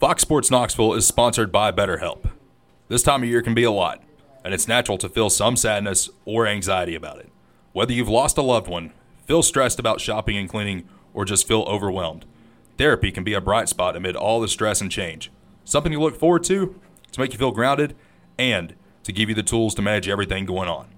Fox Sports Knoxville is sponsored by BetterHelp. This time of year can be a lot, and it's natural to feel some sadness or anxiety about it. Whether you've lost a loved one, feel stressed about shopping and cleaning, or just feel overwhelmed, therapy can be a bright spot amid all the stress and change. Something to look forward to, to make you feel grounded, and to give you the tools to manage everything going on.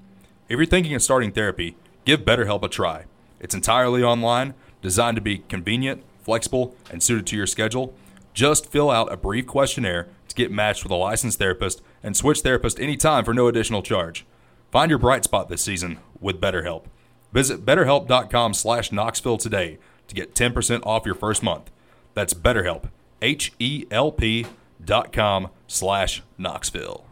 If you're thinking of starting therapy, give BetterHelp a try. It's entirely online, designed to be convenient, flexible, and suited to your schedule. Just fill out a brief questionnaire to get matched with a licensed therapist and switch therapist anytime for no additional charge. Find your bright spot this season with BetterHelp. Visit betterhelp.com slash Knoxville today to get 10% off your first month. That's BetterHelp, H-E-L-P dot com slash Knoxville.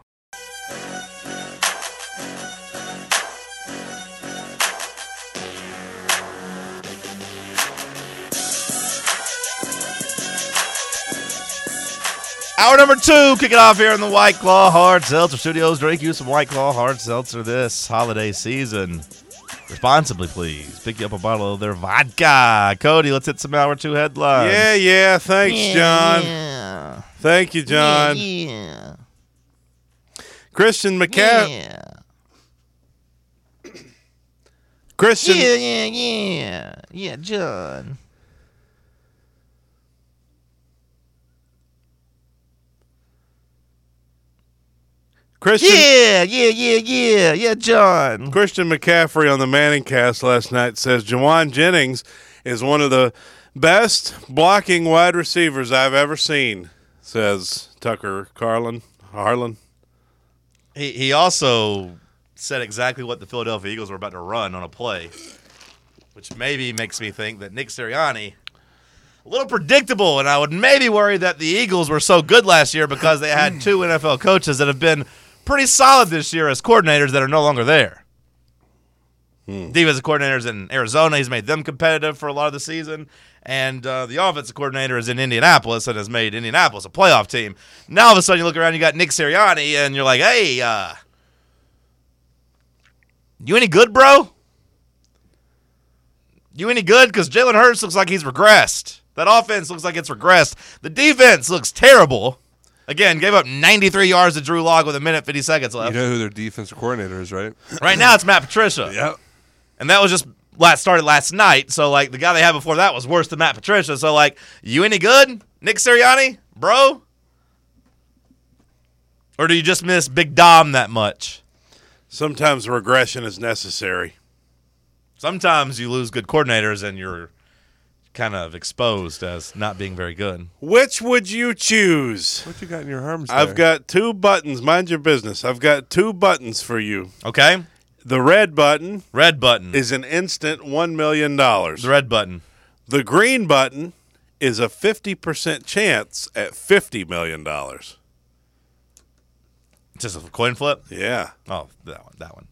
Hour number two, kick it off here in the White Claw Hard Seltzer Studios. Drink you some White Claw Hard Seltzer this holiday season. Responsibly, please. Pick you up a bottle of their vodka. Cody, let's hit some hour two headlines. Yeah, yeah. Thanks, John. Yeah. Thank you, John. Yeah. Christian McCaffrey. Yeah. Christian. Yeah, yeah, yeah. Yeah, John. Christian. Yeah, yeah, yeah, yeah. Yeah, John. Christian McCaffrey on the Manning cast last night says Jawan Jennings is one of the best blocking wide receivers I've ever seen, says Tucker Carlin. Harlan. He, he also said exactly what the Philadelphia Eagles were about to run on a play, which maybe makes me think that Nick Sirianni, a little predictable, and I would maybe worry that the Eagles were so good last year because they had two NFL coaches that have been pretty solid this year as coordinators that are no longer there. Mm-hmm. Defensive coordinators in Arizona, he's made them competitive for a lot of the season, and uh, the offensive coordinator is in Indianapolis and has made Indianapolis a playoff team. Now all of a sudden you look around, you got Nick Sirianni, and you're like, hey, uh, you any good, bro? You any good? Because Jalen Hurts looks like he's regressed. That offense looks like it's regressed. The defense looks terrible. Again, gave up 93 yards to Drew Lock with a minute 50 seconds You left. know who their defensive coordinator is, right? Right now, it's Matt Patricia, Yep. and that was just last started last night. So like the guy they had before that was worse than Matt Patricia. So like, you any good, Nick Sirianni, bro? Or do you just miss Big Dom that much? Sometimes regression is necessary. sometimes you lose good coordinators and you're kind of exposed as not being very good. Which would you choose? What you got in your arms? I've there? got two buttons. Mind your business. I've got two buttons for you. Okay? The red button Red button. is an instant $1 million. the red button. The green button is a 50% chance at $50 million. Just a coin flip? Yeah. Oh, that one. That one.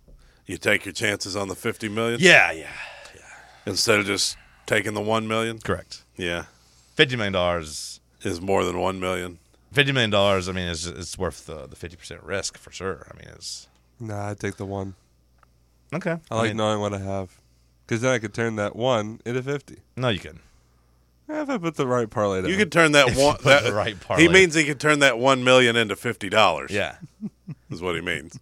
You take your chances on the 50 million Yeah, yeah. instead of just taking the 1 million? Correct. Yeah. $50 million. Is more than 1 million. $50 million, I mean, it's, it's worth the, the 50% risk for sure. I mean, it's. Nah, I take the one. Okay. I like mean, knowing what I have, because then I could turn that one into fifty. No, you can. Eh, If I put the right parlay down, You could turn that If you one put that, the right parlay. He means he could turn that 1 million into $50. Yeah. Is what he means.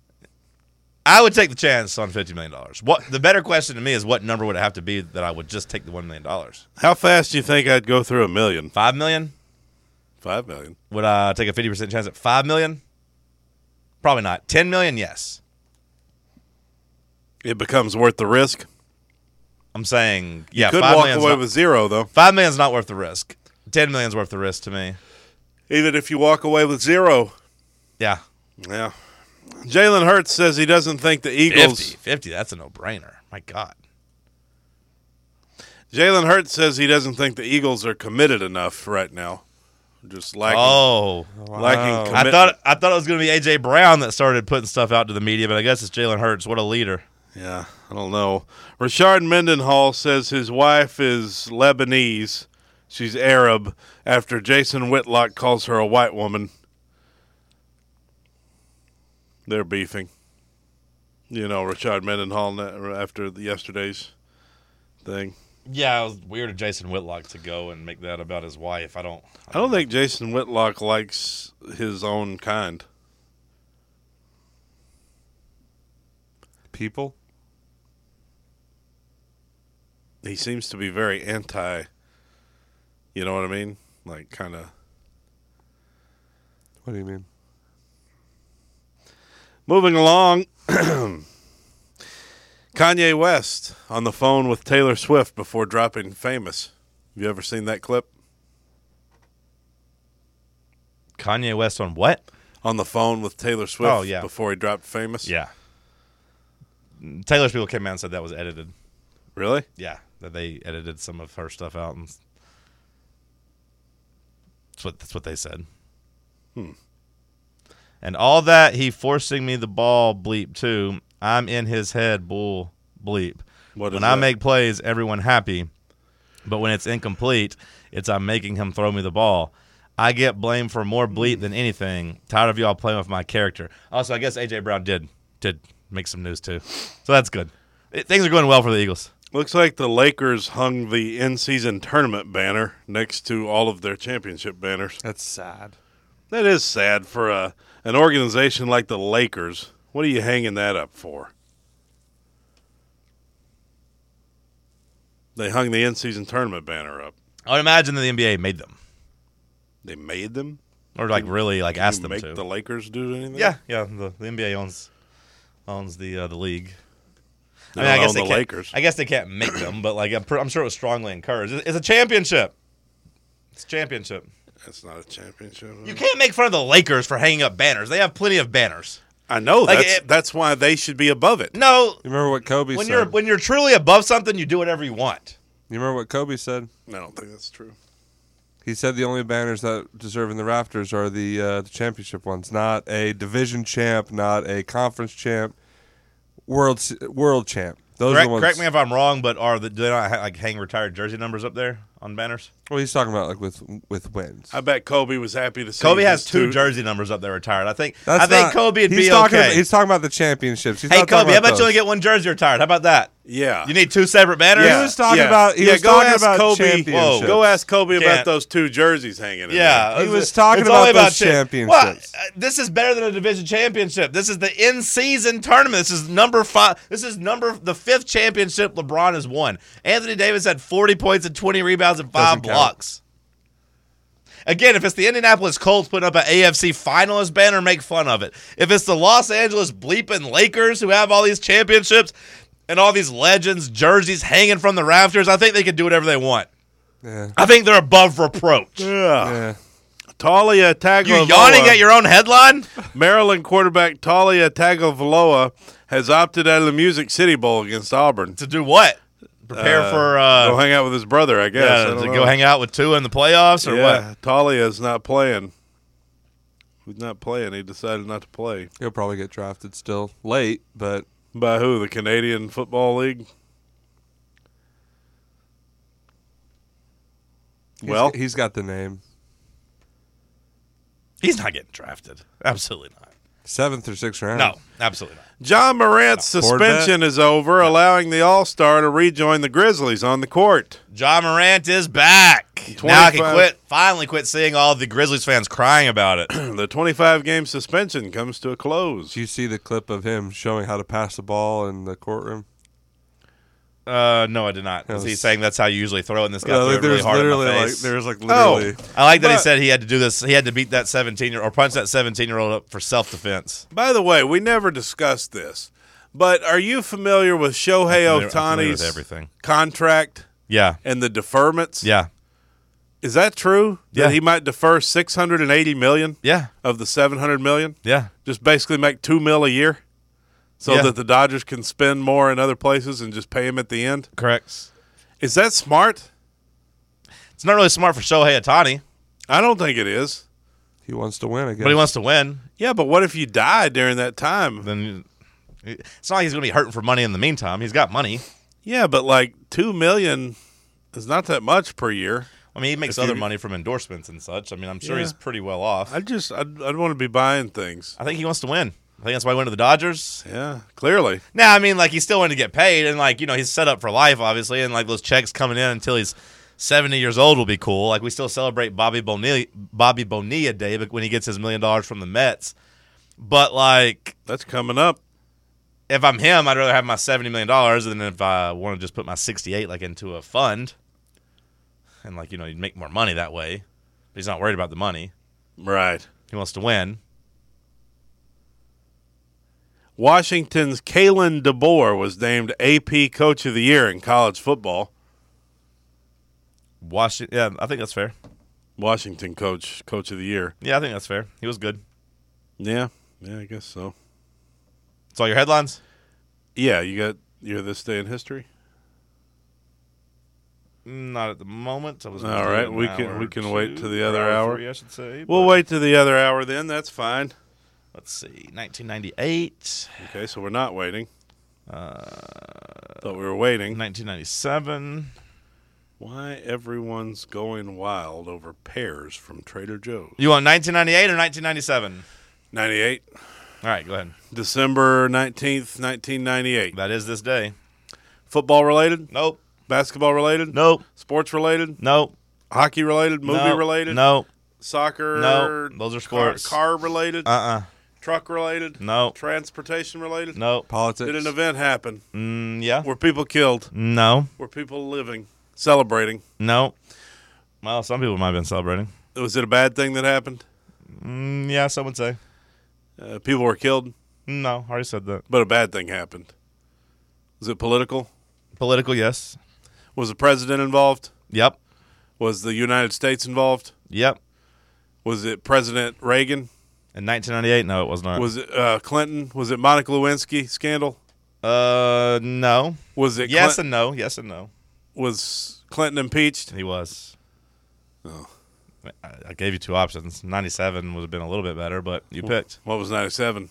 I would take the chance on $50 million. What The better question to me is what number would it have to be that I would just take the $1 million? $5 How fast do you think I'd go through a million? million? 5 million. Would I take a fifty percent chance at five million? Probably not. Ten million, yes. It becomes worth the risk. I'm saying yeah. Could five walk million's away not, with zero though. five million's not worth the risk. Ten million's worth the risk to me. Even if you walk away with zero. Yeah, Yeah. Jalen Hurts says he doesn't think the 50, Eagles 50 That's a no-brainer. My God. Jalen Hurts says he doesn't think the Eagles are committed enough right now. Just lacking, Oh, lacking I commitment. thought I thought it was going to be AJ Brown that started putting stuff out to the media, but I guess it's Jalen Hurts. What a leader. yeah, I don't know. Rashard Mendenhall says his wife is Lebanese. She's Arab after Jason Whitlock calls her a white woman. They're beefing. You know, Rashard Mendenhall na- after the- yesterday's thing. Yeah, it was weird of Jason Whitlock to go and make that about his wife. I don't. I don't think Jason Whitlock likes his own kind. People? He seems to be very anti. You know what I mean? Like kind of What do you mean? moving along. Kanye West on the phone with Taylor Swift before dropping "Famous." Have you ever seen that clip? Kanye West on what? On the phone with Taylor Swift Oh, yeah. before he dropped "Famous." Yeah. Taylor's people came out and said that was edited. really? Yeah, that they edited some of her stuff out, and that's what that's what they said. Hmm. And all that he forcing me the ball bleep too. I'm in his head bull bleep. What is when I that? make plays, everyone happy, but when it's incomplete, it's I'm making him throw me the ball. I get blamed for more bleep than anything. Tired of y'all playing with my character. Also, I guess AJ Brown did did make some news too, so that's good. It- things are going well for the Eagles. Looks like the Lakers hung the in-season tournament banner next to all of their championship banners. That's sad. That is sad for a an organization like the Lakers. What are you hanging that up for? They hung the in-season tournament banner up. I would imagine that the NBA made them, They made them. or like really like asked You them make to. the Lakers do anything? yeah, yeah. The, the NBA owns owns the uh, the league. They don't own the can't- Lakers. I guess they can't make them, but like I'm, pr- I'm sure it was strongly encouraged. It's, it's a championship. It's a championship. That's not a championship. You can't make fun of the Lakers for hanging up banners. They have plenty of banners. I know. Like, that's it- that's why they should be above it. No, You remember what Kobe when said? you're when you're truly above something, you do whatever you want. you remember what Kobe said? I don't think that's true. He said the only banners that deserve in the rafters are the, uh, the championship ones, not a division champ, not a conference champ, world s- world champ. Those are Correct, the ones. correct me if I'm wrong, but are the, do they not ha- like hang retired jersey numbers up there on banners? Well, he's talking about like with with wins. I bet Kobe was happy to see. Kobe has his two jersey numbers up there retired. I think That's I think not- Kobe would he's be talking, okay. He's talking about the championships. He's hey not talking Kobe, how about about you only those. get one jersey retired? How about that? Yeah. You need two separate banners. He was talking yeah. about. He Yeah, was go talking ask about Kobe- whoa, championships. Go ask Kobe about Can't. those two jerseys hanging. In there. Yeah, He it's- was talking it's about all those shit. championships. Well, uh, this is better than a division championship. This is the in-season tournament. This is number five. This is number the fifth championship LeBron has won. Anthony Davis had 40 points and 20 rebounds and five Doesn't count. blocks. Again, if it's the Indianapolis Colts putting up an AFC finalist banner, make fun of it. If it's the Los Angeles bleeping Lakers who have all these championships and all these legends jerseys hanging from the rafters, I think they can do whatever they want. Yeah. I think they're above reproach. Yeah. Yeah. Talia Tagovailoa. You yawning at your own headline? Maryland quarterback Talia Tagovailoa has opted out of the Music City Bowl against Auburn. To do what? Prepare for go uh, hang out with his brother, I guess. I yeah, don't to know. go hang out with Tua in the playoffs or Yeah, what? Talia's not playing. He's not playing. He decided not to play. He'll probably get drafted still late, but By who? The Canadian Football League. he's- Well- he's got the name. He's not getting drafted. Absolutely not. Seventh or sixth round. No, absolutely not. John Morant's Quarterback? suspension is over, allowing the All Star to rejoin the Grizzlies on the court. John Morant is back. Now I can 25. quit. Finally, quit seeing all the Grizzlies fans crying about it. The 25 game suspension comes to a close. Do you see the clip of him showing how to pass the ball in the courtroom? Uh, no, I did not. That Is he was- saying that's how you usually throw it? And this guy Yeah, threw like it really there's hard in my literally like face? there's like Oh. literally. I like that he But- said he had to do this. He had to beat that 17 year or punch that 17 year old up for self defense. By the way, we never discussed this, but are you familiar with Shohei I'm familiar- I'm familiar with Otani's everything. contract Yeah, and the deferments? yeah, Is that true? Yeah. That he might defer 680 million yeah, of the 700 million? yeah. Just basically make 2 mil a year so Yeah. that the Dodgers can spend more in other places and just pay him at the end? Correct. Is that smart? It's not really smart for Shohei Atani, I don't think it is. He wants to win again. but he wants to win. Yeah, but what if you die during that time? Then it's not like he's going to be hurting for money in the meantime. He's got money. Yeah, but like 2 million is not that much per year. I mean, he makes If you- other money from endorsements and such. I mean, I'm sure Yeah. he's pretty well off. I just I'd, I'd want to be buying things. I think he wants to win. I think that's why he went to the Dodgers. Yeah, clearly. Now, I mean, like he still wanted to get paid, and like you know, he's set up for life, obviously, and like those checks coming in until he's seventy years old will be cool. Like we still celebrate Bobby Bonilla, Bobby Bonilla Day, but when he gets his million dollars from the Mets. But like, That's coming up. if I'm him, I'd rather have my seventy million dollars than if I want to just put my sixty-eight like into a fund, and like you know, you'd make more money that way. But he's not worried about the money; Right. he wants to win. Washington's Kalen DeBoer was named AP Coach of the Year in college football. Washington, yeah, I think that's fair. Washington Coach Coach of the Year. Yeah, I think that's fair. He was good. Yeah. Yeah, I guess so. It's all your headlines. Yeah, you got you're this day in history. Not at the moment. I was All right, we can- we can wait till till the other hour. Three, I should say. We'll but wait to the other hour then. That's fine. Let's see. 1998, Okay, so we're not waiting. Uh, Thought we were waiting. 1997. Why everyone's going wild over pears from Trader Joe's? You want 1998 or 1997? 98, All right, go ahead. December 19th, 1998. That is this day. Football related? Nope. Basketball related? Nope. Sports related? Nope. Hockey related? Movie nope, related? Nope. Soccer? No, those are sports. Car, car related? Uh uh truck related? No. Transportation related? Nope. Politics. Did an event happen? Mm, yeah. Were people killed? No. Were people living? Celebrating? No. Well, some people might have been celebrating. Was it a bad thing that happened? Mm, yeah, some would say. Mm, Uh, people were killed, No, I already said that. but a bad thing happened. Was it political? Political, yes. Was the president involved? Yep. Was the United States involved? Yep. Was it President Reagan? In 1998, no, it was not. Was it uh, Clinton? Was it Monica Lewinsky scandal? uh, no. Was it Yes Clin- and no. Yes and no. was Clinton impeached? He was. Oh. I, I gave you two options. 97 would have been a little bit better, but Oh. you picked. What was ninety seven?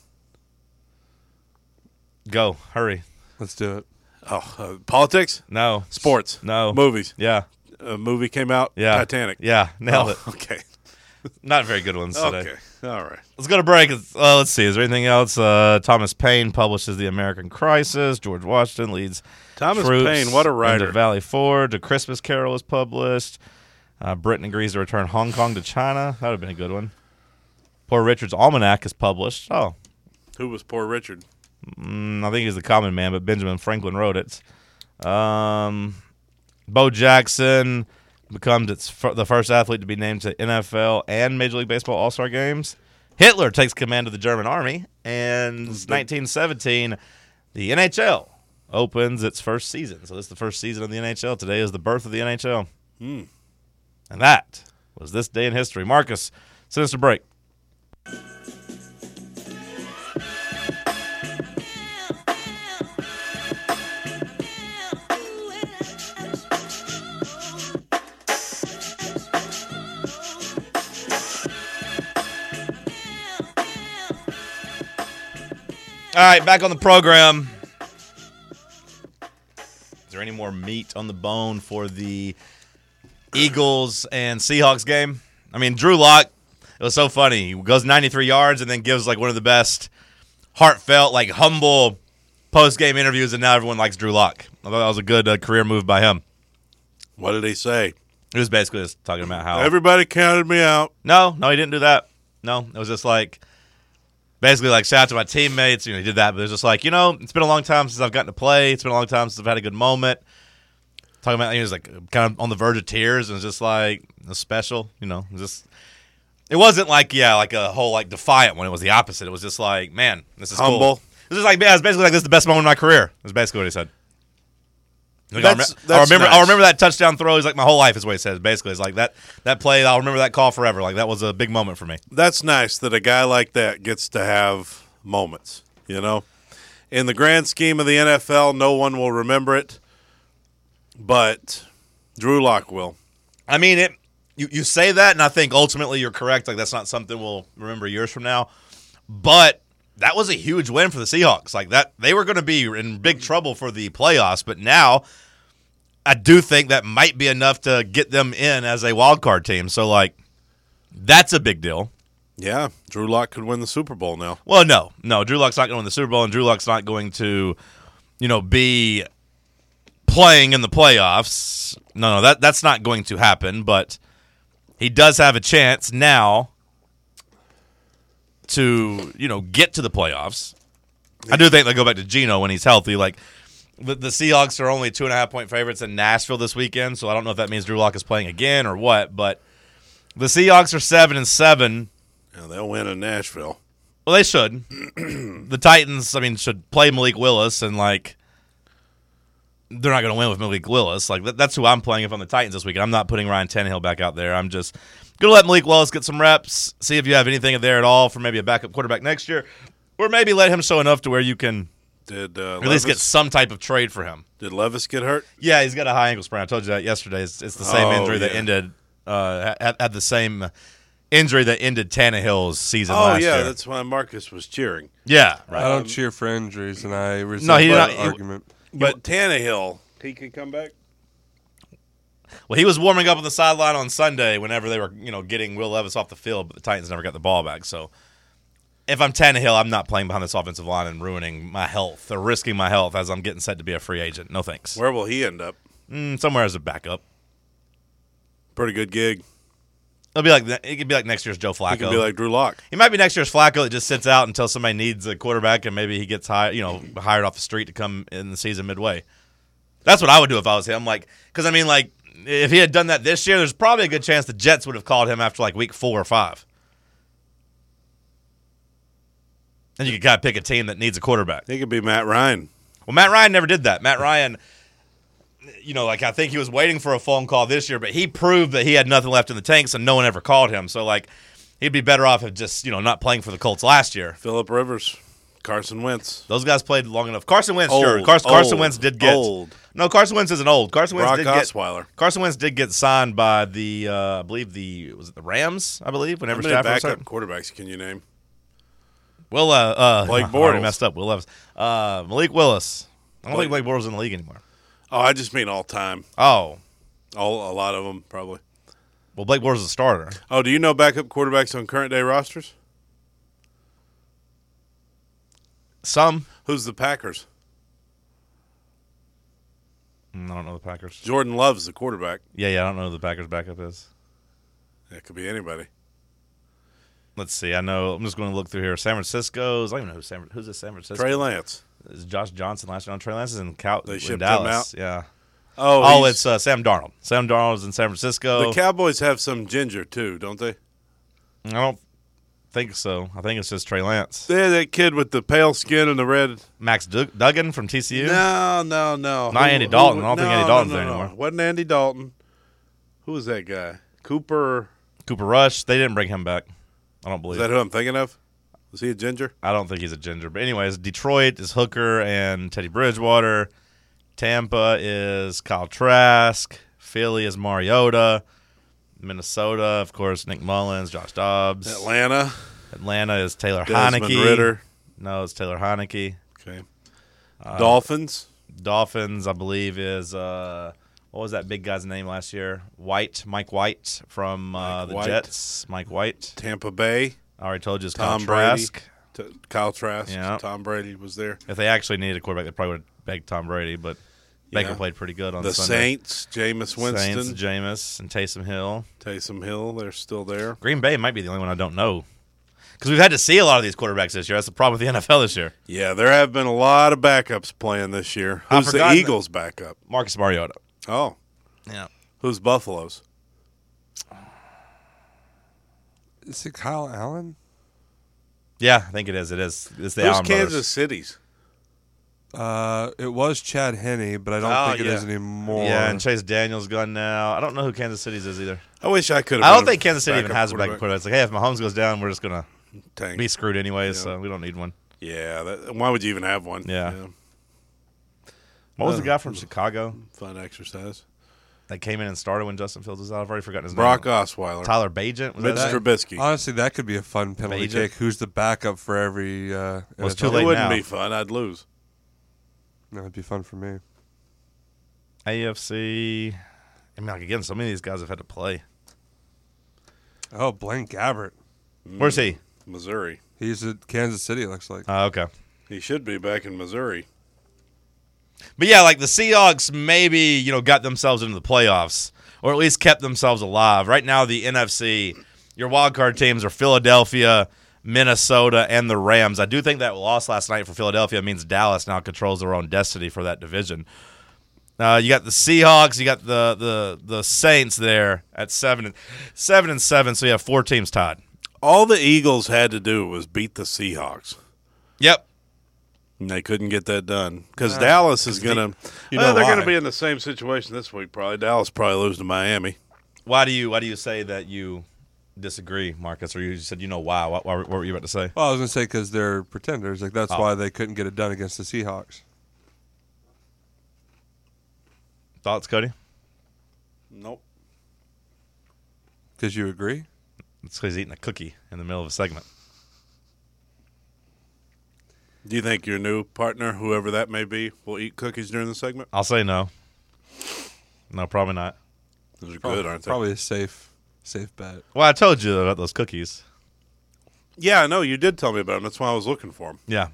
Go. Hurry. Let's do it. Oh, uh, politics, No. sports, No. movies. Yeah. A movie came out. Yeah. Titanic. Yeah. Nailed Oh, it. Okay. Not very good ones today. Okay. All right. Let's go to break. It's- Uh, let's see. Is there anything else? Uh, Thomas Paine publishes The American Crisis. George Washington leads Thomas troops Paine, what a Into writer. Valley Forge. A Christmas Carol is published. Uh, Britain agrees to return Hong Kong to China. That would have been a good one. Poor Richard's Almanac is published. Oh, Who was Poor Richard? Mm, I think he's the common man, but Benjamin Franklin wrote it. Um, Bo Jackson becomes its fir- the first athlete to be named to NFL and Major League Baseball All Star games. Hitler takes command of the German army, and 1917, the NHL opens its first season. So this is the first season of the NHL. Today is the birth of the NHL, and that was this day in history. Marcus, send us a break. All right, back on the program. Is there any more meat on the bone for the Eagles and Seahawks game? I mean, Drew Lock. it was so funny. He goes 93 yards and then gives like one of the best heartfelt, like humble post game interviews, and now everyone likes Drew Lock. I thought that was a good uh, career move by him. What did he say? He was basically just talking about how Everybody counted me out. No, no, he didn't do that. No, it was just like basically like shout out to my teammates. You know, he did that, but it was just like you know, it's been a long time since I've gotten to play. It's been a long time since I've had a good moment. Talking about he was like kind of on the verge of tears, and it's just like it was special. You know, it was just it wasn't like yeah, like a whole like defiant one. It was the opposite. It was just like man, this is cool. Humble. It was just like yeah, it's basically like this is the best moment of my career. Is basically what he said. Like, I'll, That's- rem- I'll that's remember. nice. I'll remember that touchdown throw. He's like my whole life is what he says. Basically, it's like that that play. I'll remember that call forever. Like that was a big moment for me. that's nice that a guy like that gets to have moments, you know. In the grand scheme of the NFL, no one will remember it, but Drew Lock will. I mean, it. You you say that, and I think ultimately you're correct. Like that's not something we'll remember years from now. But that was a huge win for the Seahawks. Like that, they were going to be in big trouble for the playoffs. But now, I do think that might be enough to get them in as a wild card team. So like, that's a big deal. Yeah, Drew Lock could win the Super Bowl now. Well, no, no. Drew Lock's not going to win the Super Bowl, and Drew Lock's not going to, you know, be playing in the playoffs. No, no, that that's not going to happen. But he does have a chance now to, you know, get to the playoffs. I do think they go back to Geno when he's healthy. Like the, the Seahawks are only two and a half point favorites in Nashville this weekend, so I don't know if that means Drew Lock is playing again or what. But the Seahawks are seven and seven. Yeah, they'll win in Nashville. Well, they should. the Titans, I mean, should play Malik Willis, and like, they're not going to win with Malik Willis. Like, that, that's who I'm playing if I'm the Titans this week. I'm not putting Ryan Tannehill back out there. I'm just going to let Malik Willis get some reps, see if you have anything there at all for maybe a backup quarterback next year, or maybe let him show enough to where you can Did uh, at least Levis, get some type of trade for him. did Levis get hurt? Yeah, he's got a high ankle sprain. I told you that yesterday. It's, it's the same Oh, injury that yeah. ended uh, had, had the same injury that ended Tannehill's season Oh last yeah, year. that's why Marcus was cheering. yeah, right. I don't cheer for injuries, and I resent Um, he did that not- he- argument. But Tannehill, he could come back. Well, he was warming up on the sideline on Sunday whenever they were, you know, getting Will Levis off the field, but the Titans never got the ball back. So if I'm Tannehill, I'm not playing behind this offensive line and ruining my health or risking my health as I'm getting set to be a free agent. No thanks. Where will he end up? Mm, somewhere as a backup. Pretty good gig. It'll be like the- it could be like next year's Joe Flacco. He could be like Drew Lock. He might be next year's Flacco that just sits out until somebody needs a quarterback and maybe he gets hired, you know, hired off the street to come in the season midway. That's what I would do if I was him. Like, because I mean, like, if he had done that this year, there's probably a good chance the Jets would have called him after like week four or five. And you could kind of pick a team that needs a quarterback. He could be Matt Ryan. Well, Matt Ryan never did that. Matt Ryan, you know, like I think he was waiting for a phone call this year, but he proved that he had nothing left in the tanks, and no one ever called him. So like, he'd be better off if just you know not playing for the Colts last year. Philip Rivers, Carson Wentz. Those guys played long enough. Carson Wentz, Old, sure. Carson, Carson old, Wentz did get old. No, Carson Wentz isn't old. Carson Wentz Brock did get Osweiler. Carson Wentz did get signed by the uh, I believe the was it the Rams? I believe How whenever many Stafford was backup hurt. quarterbacks can you name? Will uh, uh Blake I already Bortles. messed up. Will Levis, uh, Malik Willis. I don't think Blake Bortles is in the league anymore. Oh, I just mean all time. Oh, All a lot of them probably. well, Blake Bortles is a starter. Oh, do you know backup quarterbacks on current day rosters? Some. Who's the Packers? Mm, I don't know the Packers. Jordan Love's the quarterback. Yeah, yeah, I don't know who the Packers backup is. That could be anybody. Let's see. I know. I'm just going to look through here. San Francisco's. I don't even know who San, who's this San Francisco. Trey Lance. Is Josh Johnson last year on Trey Lance is in, Cow- They in shipped him Dallas. Yeah. Oh, Oh, he's- it's uh, Sam Darnold. Sam Darnold's in San Francisco. the Cowboys have some ginger too, don't they? I don't think so. I think it's just Trey Lance. They had that kid with the pale skin and the red. Max Dug- Duggan from TCU. No, no, no. Not Andy Dalton. I don't think Andy Dalton's there anymore. Wasn't Andy Dalton? Who was that guy? Cooper. Cooper Rush. They didn't bring him back. I don't believe. Is that who I'm thinking of? Was he a ginger? I don't think he's a ginger. But anyways, Detroit is Hooker and Teddy Bridgewater. Tampa is Kyle Trask. Philly is Mariota. Minnesota, of course, Nick Mullins, Josh Dobbs. Atlanta, Atlanta. is Taylor Desmond Heineke. Ritter. No, it's Taylor Heineke. Okay. Uh, Dolphins. Dolphins, I believe, is uh, what was that big guy's name last year? White, Mike White from uh, Mike the White. Jets. Mike White. Tampa Bay. I already told you it's Kyle Tom Trask. Brady. T- Kyle Trask. Yeah. Tom Brady was there. If they actually needed a quarterback, they probably would have begged Tom Brady, but Baker Yeah. played pretty good on The Sunday. Saints. Jameis Winston. Saints, Jameis, and Taysom Hill. Taysom Hill. They're still there. Green Bay might be the only one I don't know. Because we've had to see a lot of these quarterbacks this year. That's the problem with the NFL this year. Yeah, there have been a lot of backups playing this year. I've Who's the forgotten- Eagles backup? Marcus Mariota. Oh, Yeah. who's Buffalo's? Is it Kyle Allen? Yeah, I think it is. It is. It's the who's Allen Kansas brothers. City's? Uh, it was Chad Henney, but I don't Oh, think it yeah. is anymore. Yeah, and Chase Daniels gone now. I don't know who Kansas City's is either. I wish I could. I don't think Kansas City even has a backup quarterback. It's like, hey, if Mahomes goes down, we're just gonna Tank. be screwed anyway, so we don't need one. Yeah, that, why would you even have one? Yeah. What was the guy from Chicago fun exercise. that came in and started when Justin Fields was out? I've already forgotten his Brock name. Osweiler, Tyler Bajent was Mitch that? it? Trubisky. Honestly, that could be a fun penalty Bajent. kick. Who's the backup for every? Uh, Well, it's NFL? too it late wouldn't now. be fun. I'd lose. No, it'd be fun for me. AFC. I mean, like again, so many of these guys have had to play. Oh, Blaine Gabbert. Where's he? Missouri. He's at Kansas City. It looks like Oh, okay. He should be back in Missouri. But yeah, like the Seahawks maybe, you know, got themselves into the playoffs or at least kept themselves alive. Right now, the NFC, your wild card teams are Philadelphia, Minnesota, and the Rams. I do think that loss last night for Philadelphia means Dallas now controls their own destiny for that division. Uh, you got the Seahawks, you got the the the Saints there at seven and seven and seven, so you have four teams tied. All the Eagles had to do was beat the Seahawks. Yep. And they couldn't get that done because Dallas is going to. you well, know they're going why. to be in the same situation this week. Probably Dallas probably lose to Miami. Why do you why do you say that you disagree, Marcus? Or you said you know why? What, what were you about to say? Well, I was gonna say because they're pretenders. Like that's why they couldn't get it done against the Seahawks. Thoughts, Cody? Nope. Because you agree? It's 'cause he's eating a cookie in the middle of a segment. Do you think your new partner, whoever that may be, will eat cookies during the segment? I'll say no. No, probably not. Those are Prob- good, aren't they? Probably a safe, safe bet. Well, I told you about those cookies. Yeah, I know you did tell me about them. That's why I was looking for them, Yeah.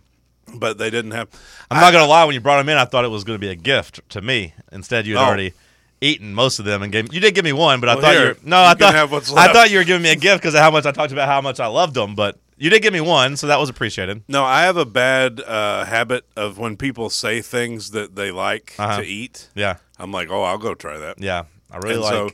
but they didn't have. I'm not going to lie. When you brought them in, I thought it was going to be a gift to me. Instead, you had Oh. already eaten most of them and gave. You did give me one, but I Well, thought you here, were, no. you I can thought have what's I left. thought you were giving me a gift because of how much I talked about how much I loved them. But you did give me one, so that was appreciated. No, I have a bad uh, habit of when people say things that they like Uh-huh. to eat. Yeah, I'm like, oh, I'll go try that. yeah. I really And so-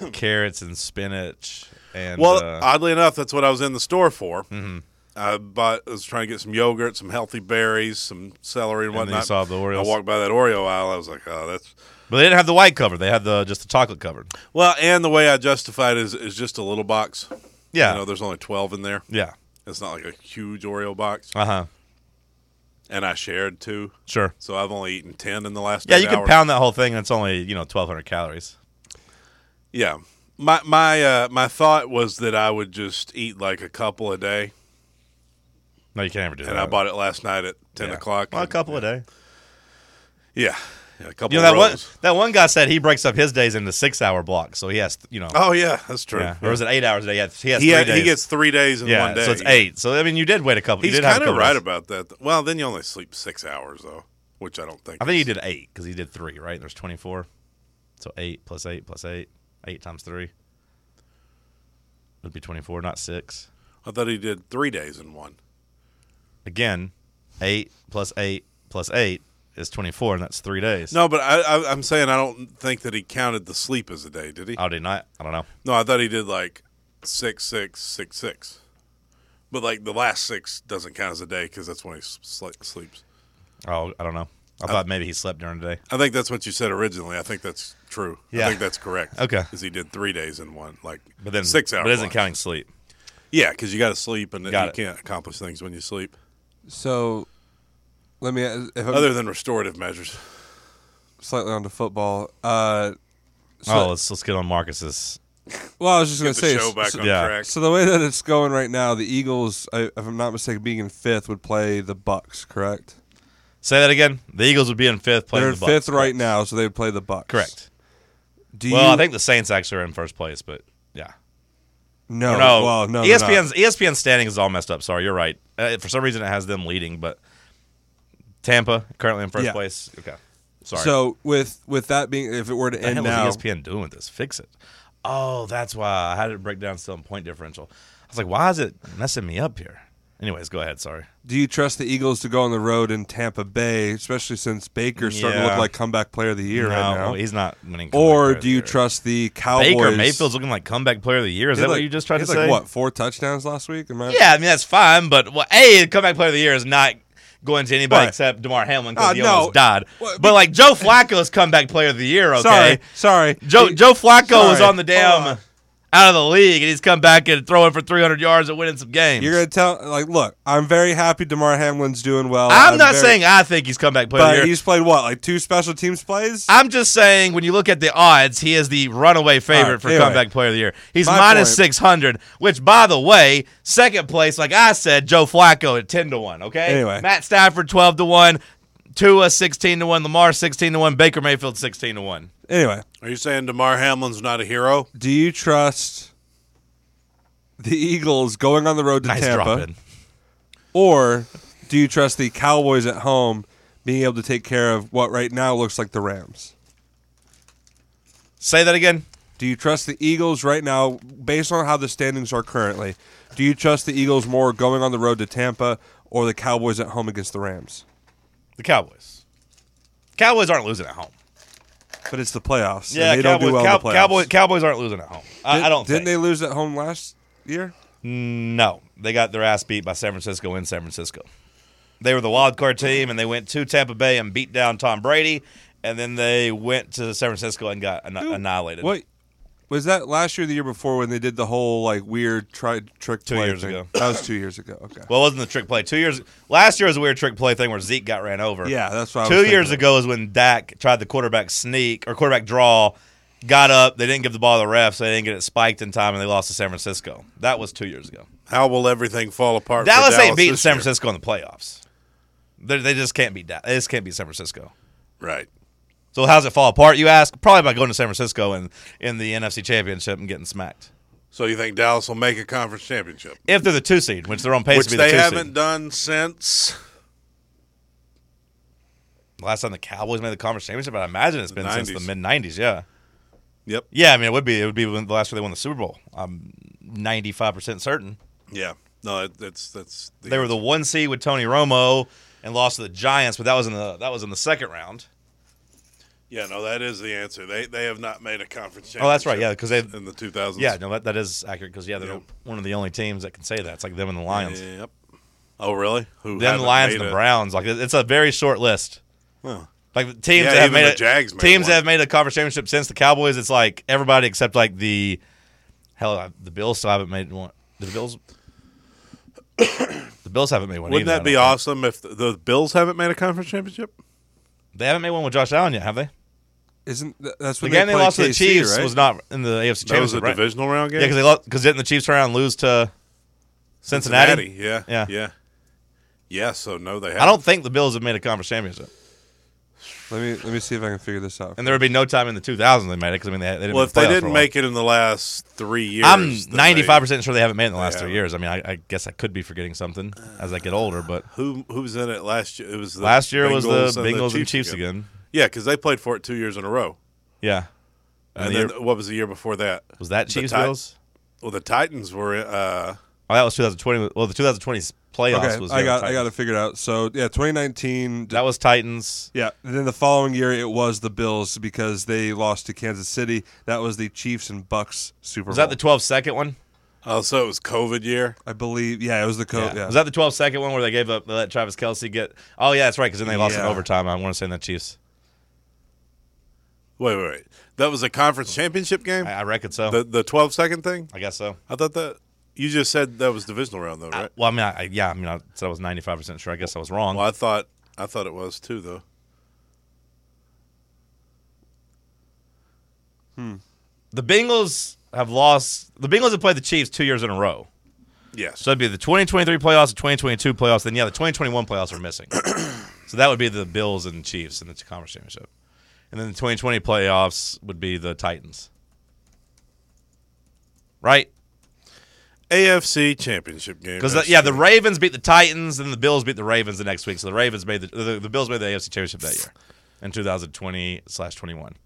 like carrots and spinach. And Well, uh, oddly enough, that's what I was in the store for. Mm-hmm. I bought, I was trying to get some yogurt, some healthy berries, some celery, and And then you whatnot. saw the Oreos. I walked by that Oreo aisle. I was like, oh, that's but they didn't have the white cover. They had the just the chocolate covered. well. And the way I justified it is, is just a little box. Yeah, You know, there's only 12 in there. yeah. It's not like a huge Oreo box. Uh huh. And I shared two, Sure. so I've only eaten 10 in the last. Yeah, eight you could hours. pound that whole thing, and it's only you know twelve hundred calories. Yeah. My my uh, my thought was that I would just eat like a couple a day, No, you can't ever do that. and I bought it last night at ten Yeah. o'clock. Well, a and- couple a day. Yeah, yeah a couple. You know that one rows. that one guy said he breaks up his days into six hour blocks, so he has you know, Oh yeah, that's true. yeah, or was it eight hours a day? He has, he has He three had- days. he gets three days in yeah, one day. so it's eight. So I mean, you did wait a couple. you He's did have a kind of couple right days. about that. Well, then you only sleep six hours though, which I don't think. I think he is- did eight because he did three. Right? There's twenty four, so eight plus eight plus eight, eight times three. It'd be twenty four, not six. I thought he did three days in one. Again, eight plus eight plus eight is twenty four, and that's three days. No, but I, I, I'm saying I don't think that he counted the sleep as a day. Did he? I did not. I don't know. No, I thought he did like six, six, six, six. But like the last six doesn't count as a day because that's when he sl- sleeps. Oh, I don't know. I thought maybe he slept during the day. I think that's what you said originally. I think that's true. Yeah. I think that's correct. Okay. Because he did three days in one, like But then six hours. But it isn't counting sleep. Yeah, because you got to sleep and Got you it. can't accomplish things when you sleep, So, let me. uh, If I'm other than restorative measures. slightly onto football, uh, so, oh, let's let's get on Marcus's. well, I was just gonna Get the say. show back so, on yeah. track. so the way that it's going right now, the Eagles, I, if I'm not mistaken, being in fifth would play the Bucks, correct? Say that again. The Eagles would be in fifth playing They're in the Bucks. fifth right now, so they would play the Bucks. Correct. Do Well, you, I think the Saints actually are in first place, but yeah. no, No, Oh, E well, no, they're not. ESPN's ESPN's standing is all messed up. Sorry, you're right. Uh, for some reason, it has them leading, but Tampa currently in first Yeah. place. Okay, sorry. So with with that being, if it were to what the end hell now, is E ESPN doing with this? Fix it. Oh, that's why I had it break down some point differential. I was like, why is it messing me up here? Anyways, go ahead. Sorry. do you trust the Eagles to go on the road in Tampa Bay, especially since Baker's starting to Yeah. look like comeback player of the year right No, now? he's not winning. comeback player or of the do you year. trust the Cowboys? Baker Mayfield's looking like comeback player of the year? Is He that had what like- you just tried he to had say? Like what? Four touchdowns last week? Am I? Yeah, I mean that's fine, but well, a comeback player of the year is not going to anybody Right. except Demar Hamlin because Uh, he no. almost died. Well, but like Joe Flacco's comeback player of the year, okay? Sorry, sorry. Joe He- Joe Flacco was sorry. on the damn Hold on. out of the league, and he's come back and throwing for 300 yards and winning some games. You're gonna tell like, look, I'm very happy Demar Hamlin's doing well. I'm not very- saying I think he's comeback player of the but year. he's played what, like two special teams plays. I'm just saying, when you look at the odds, he is the runaway favorite right, for anyway. comeback player of the year. He's My minus point- 600, which, by the way, second place, like I said, Joe Flacco at 10 to 1, okay? Anyway. Matt Stafford 12 to 1, Tua 16 to 1, Lamar 16 to 1, Baker Mayfield 16 to 1. anyway, Are you saying Damar Hamlin's not a hero? do you trust the Eagles going on the road to Nice drop Tampa, in. or do you trust the Cowboys at home being able to take care of what right now looks like the Rams? Say that again. Do you trust the Eagles right now, based on how the standings are currently? Do you trust the Eagles more going on the road to Tampa or the Cowboys at home against the Rams? The Cowboys. Cowboys aren't losing at home. But it's the playoffs. Yeah, and Cowboys, they don't do well in Cow- the playoffs. Cowboys. Cowboys aren't losing at home. I, I don't. Didn't think. they lose at home last year? No, they got their ass beat by San Francisco in San Francisco. They were the wild card team, and they went to Tampa Bay and beat down Tom Brady, and then they went to San Francisco and got an- annihilated. What was that last year? Or the year before when they did the whole like weird try trick Two play years thing? ago. That was two years ago. Okay. Well, it wasn't the trick play. Two years last year was a weird trick play thing where Zeke got ran over. yeah, that's why. Two years ago is when Dak tried the quarterback sneak or quarterback draw, got up. They didn't give the ball to the refs. They didn't get it spiked in time, and they lost to San Francisco. That was two years ago. How will everything fall apart? for Dallas, ain't beating this San year? Francisco in the playoffs. They they just can't beat Dallas. They just can't beat San Francisco. Right. So how's it fall apart? You ask. Probably by going to San Francisco and in the NFC Championship and getting smacked. So you think Dallas will make a conference championship, If they're the two seed, which they're on pace which to be they the 2 haven't seed. done since Last time the Cowboys made the conference championship, I imagine it's been since 90s. the mid '90s. Yeah. Yep. Yeah, I mean it would be. It would be when the last year they won the Super Bowl. I'm 95 percent certain Yeah. No, it, that's that's. The they were the one seed with Tony Romo and lost to the Giants, but that was in the that was in the second round. Yeah, no, that is the answer. They they have not made a conference championship. Oh, that's right, yeah, 'cause they- in the two thousands. Yeah, no, that, that is accurate because yeah, they're Yep. one of the only teams that can say that. It's like them and the Lions, Yep. Oh, really? Who? them, the haven't Lions, made and the a- Browns. Like it- it's a very short list. Huh. Like the teams Yeah, that have even made the it, Jags made teams one. that have made a conference championship since the Cowboys. It's like everybody except like the hell, I- the Bills still haven't made one. The Bills, the Bills haven't made one. Wouldn't either, that I be don't think. awesome if the, the Bills haven't made a conference championship? They haven't made one with Josh Allen yet, have they? Isn't th- that's The when game they played lost to the KC, Chiefs right? was not in the AFC That was a championship. right? divisional round game. Yeah, because they lost. Because didn't the Chiefs turn around and lose to Cincinnati? Yeah. Yeah. Yeah. Yeah. So no, they. Haven't. I don't think the Bills have made a conference championship, Let me let me see if I can figure this out. and there would be no time in the 2000s they made it because I mean they, they didn't. Well, make if they playoffs for a didn't while. make it in the last three years, I'm then they- 95 percent sure they haven't made it in the last three haven't. years. I mean, I, I guess I could be forgetting something as I get older, but Who who was in it last year? It was the last year was Bengals the Bengals and Chiefs again. Yeah, because they played for it two years in a row. Yeah, and, And, the then year- what was the year before that? was that the Chiefs Ti- Bills? Well, the Titans were. Uh, Oh, that was 2020. Well, the 2020s playoffs Okay, was. the I got I Titans. got it figured out. So yeah, 2019. That was Titans. yeah, and then the following year it was the Bills because they lost to Kansas City. That was the Chiefs and Bucks Super Bowl. Was that the 12 second one? oh, so it was COVID year. I believe. Yeah, it was the co- Yeah. Oh, yeah. Was that the 12 second one where they gave up, they let Travis Kelsey get? Oh, yeah, that's right, because then they lost in Yeah. overtime. I want to say in the Chiefs. Wait, wait, wait. That was a conference championship game. I, I reckon so. The the 12 second thing. I guess so. I thought that you just said that was divisional round though, I- right? well, I mean, I, I- yeah, I mean, I said I was 95% sure. I guess I was wrong. well, I thought I thought it was too though. The Bengals have lost, the Bengals have played the Chiefs two years in a row. Yes. So it'd be the 2023 playoffs, the 2022 playoffs, then, yeah, the 2021 playoffs are missing. so that would be the Bills and Chiefs in the conference championship. And then the 2020 playoffs would be the Titans. Right? AFC championship game. Because That's yeah, the true. Ravens beat the Titans, and the Bills beat the Ravens the next week. So the Ravens made the the, the Bills made the AFC Championship that year in 2020 slash 21.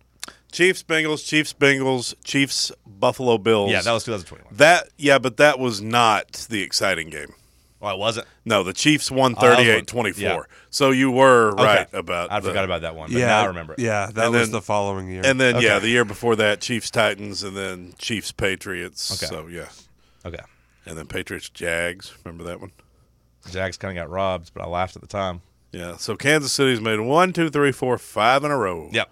Chiefs, Bengals, Chiefs, Bengals, Chiefs, Buffalo Bills. Yeah, that was 2021. that. Yeah, but that was not the exciting game. Well, Oh, it wasn't. No, the Chiefs won that Oh, was 38-24. one- yeah. So you were Okay. right about. I the- forgot about that one. But yeah, now I remember. It. Yeah, that And was then- the following year. And then yeah, Okay. the year before that, Chiefs, Titans, and then Chiefs, Patriots. Okay. So yeah, Okay. and then Patriots, Jags. Remember that one? Jags kind of got robbed, but I laughed at the time. Yeah. So Kansas City's made one, two, three, four, five in a row. Yep.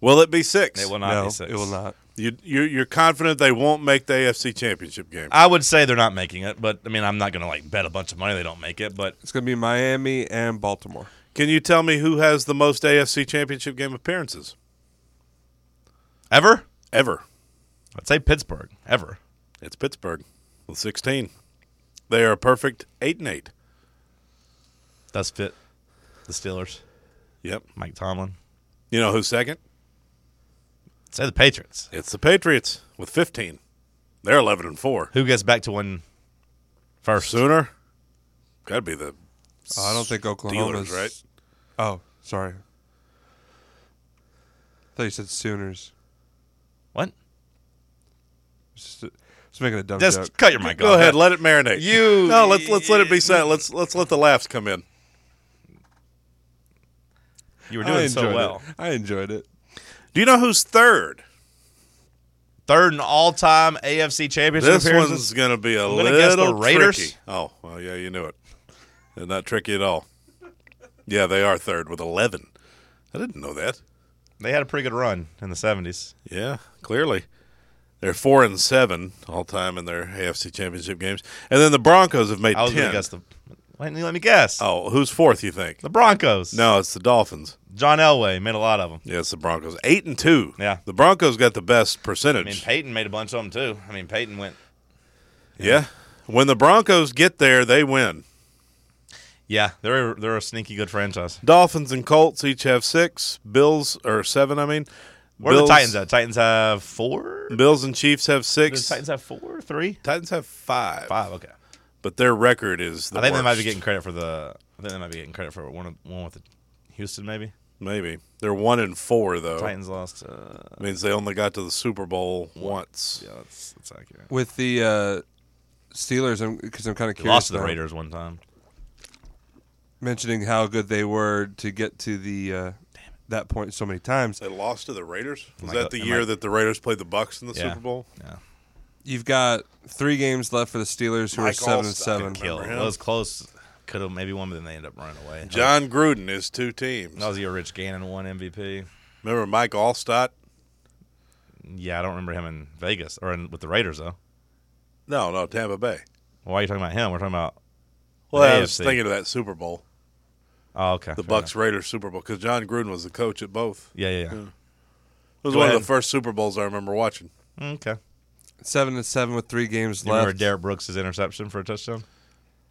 Will it be six? It will not no, be six. it will not. You, you're, you're confident they won't make the AFC Championship game. I would say they're not making it, but I mean, I'm not going to like bet a bunch of money they don't make it. But It's gonna be Miami and Baltimore. Can you tell me who has the most AFC Championship game appearances ever, ever? I'd say Pittsburgh. Ever. It's Pittsburgh with 16. They are a perfect eight and eight. That's fit. The Steelers. Yep. Mike Tomlin. You know who's second? Say the Patriots. It's the Patriots with 15. They're eleven and four. Who gets back to win first? Sooner, that'd be the Oh, I don't think Oklahoma's Steelers, right? Oh, sorry. I thought you said Sooners. What? Just, just making a dumb Just joke. cut your mic Go off. ahead, let it marinate. You- no, let's let's let it be silent. Let's let's let the laughs come in. You were I doing enjoyed so well. it. I enjoyed it. Do you know who's third? Third and all-time AFC championship This appearances. one's going to be a gonna guess the little Raiders. tricky. Oh, well, yeah, you knew it. They're not tricky at all. Yeah, they are third with eleven. I didn't know that. They had a pretty good run in the seventies. Yeah, clearly. They're four and seven all time in their AFC Championship games, and then the Broncos have made I was going ten. to guess the. Why didn't you let me guess? oh, who's fourth? You think? The Broncos. No, it's the Dolphins. John Elway made a lot of them. Yeah, it's the Broncos. Eight and two. Yeah. the Broncos got the best I mean, percentage. Peyton made a bunch of them too. I mean, Peyton went. yeah, when the Broncos get there, they win. Yeah, they're they're a sneaky good franchise. Dolphins and Colts each have six. Bills or seven. I mean, Where are the Bills- Titans at? Titans have four. Bills and Chiefs have The six. Titans have four, three, Titans have five, five. Okay. but their record is. The I think they might be worst. getting credit for the. I think they might be getting credit for one of, one with the Houston maybe. maybe they're one and four though. Titans lost. Uh, means they only got to the Super Bowl once. yeah, that's, that's accurate. With the uh, Steelers, I'm because I'm kind of They curious. lost to the now, Raiders one time. mentioning how good they were to get to the uh, that point so many times. They lost to the Raiders. Was I that go- the am year I- that the Raiders played the Bucks in the Yeah. Super Bowl? Yeah, You've got three games left for the Steelers, who are Mike seven Allstott and seven. can kill. Remember It him? was close. Could have maybe won, but then they ended up running away. John Gruden is two teams. That was the year Rich Gannon won MVP. Remember Mike Allstott? Yeah, I don't remember him in Vegas or in, with the Raiders though. No, no, Tampa Bay. Why are you talking about him? We're talking about. Well, I was AFC. thinking of that Super Bowl, Oh, okay. the fair Bucks enough. Raiders Super Bowl, because John Gruden was the coach at both. Yeah, yeah, yeah. It was Go one of ahead. the first Super Bowls I remember watching. Mm, Okay. Seven and seven with three games You remember left. Derek Brooks' interception for a touchdown?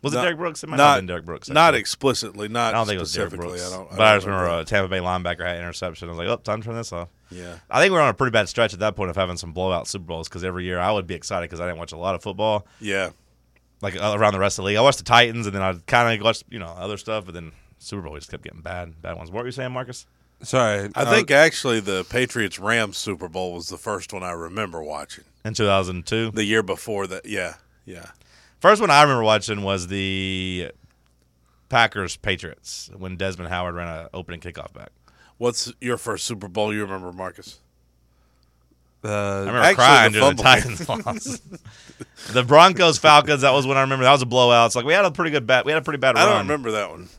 Was it Derek Brooks? It might not, not have been Derek Brooks. Not actually. explicitly. Not I don't think it was Derek specifically. Brooks. I don't. but I don't just remember a Tampa Bay linebacker had an interception. I was like, oh, time to turn this off. Yeah. I think we're on a pretty bad stretch at that point of having some blowout Super Bowls because every year I would be excited because I didn't watch a lot of football Yeah. like uh, around the rest of the league. I watched the Titans and then I kind of watched you know other stuff, but then Super Bowl we just kept getting bad, bad ones. What were you saying, Marcus? Sorry, Uh, I think actually the Patriots Rams Super Bowl was the first one I remember watching. In 2002, The year before that. Yeah. Yeah. First one I remember watching was the Packers Patriots when Desmond Howard ran an opening kickoff back. What's your first Super Bowl you remember, Marcus? I Uh, remember Actually, crying the during the fumble. Titans loss. the Broncos Falcons. That was when I remember. That was a blowout. It's like we had a pretty good bat. We had a pretty bad I run. don't remember that one.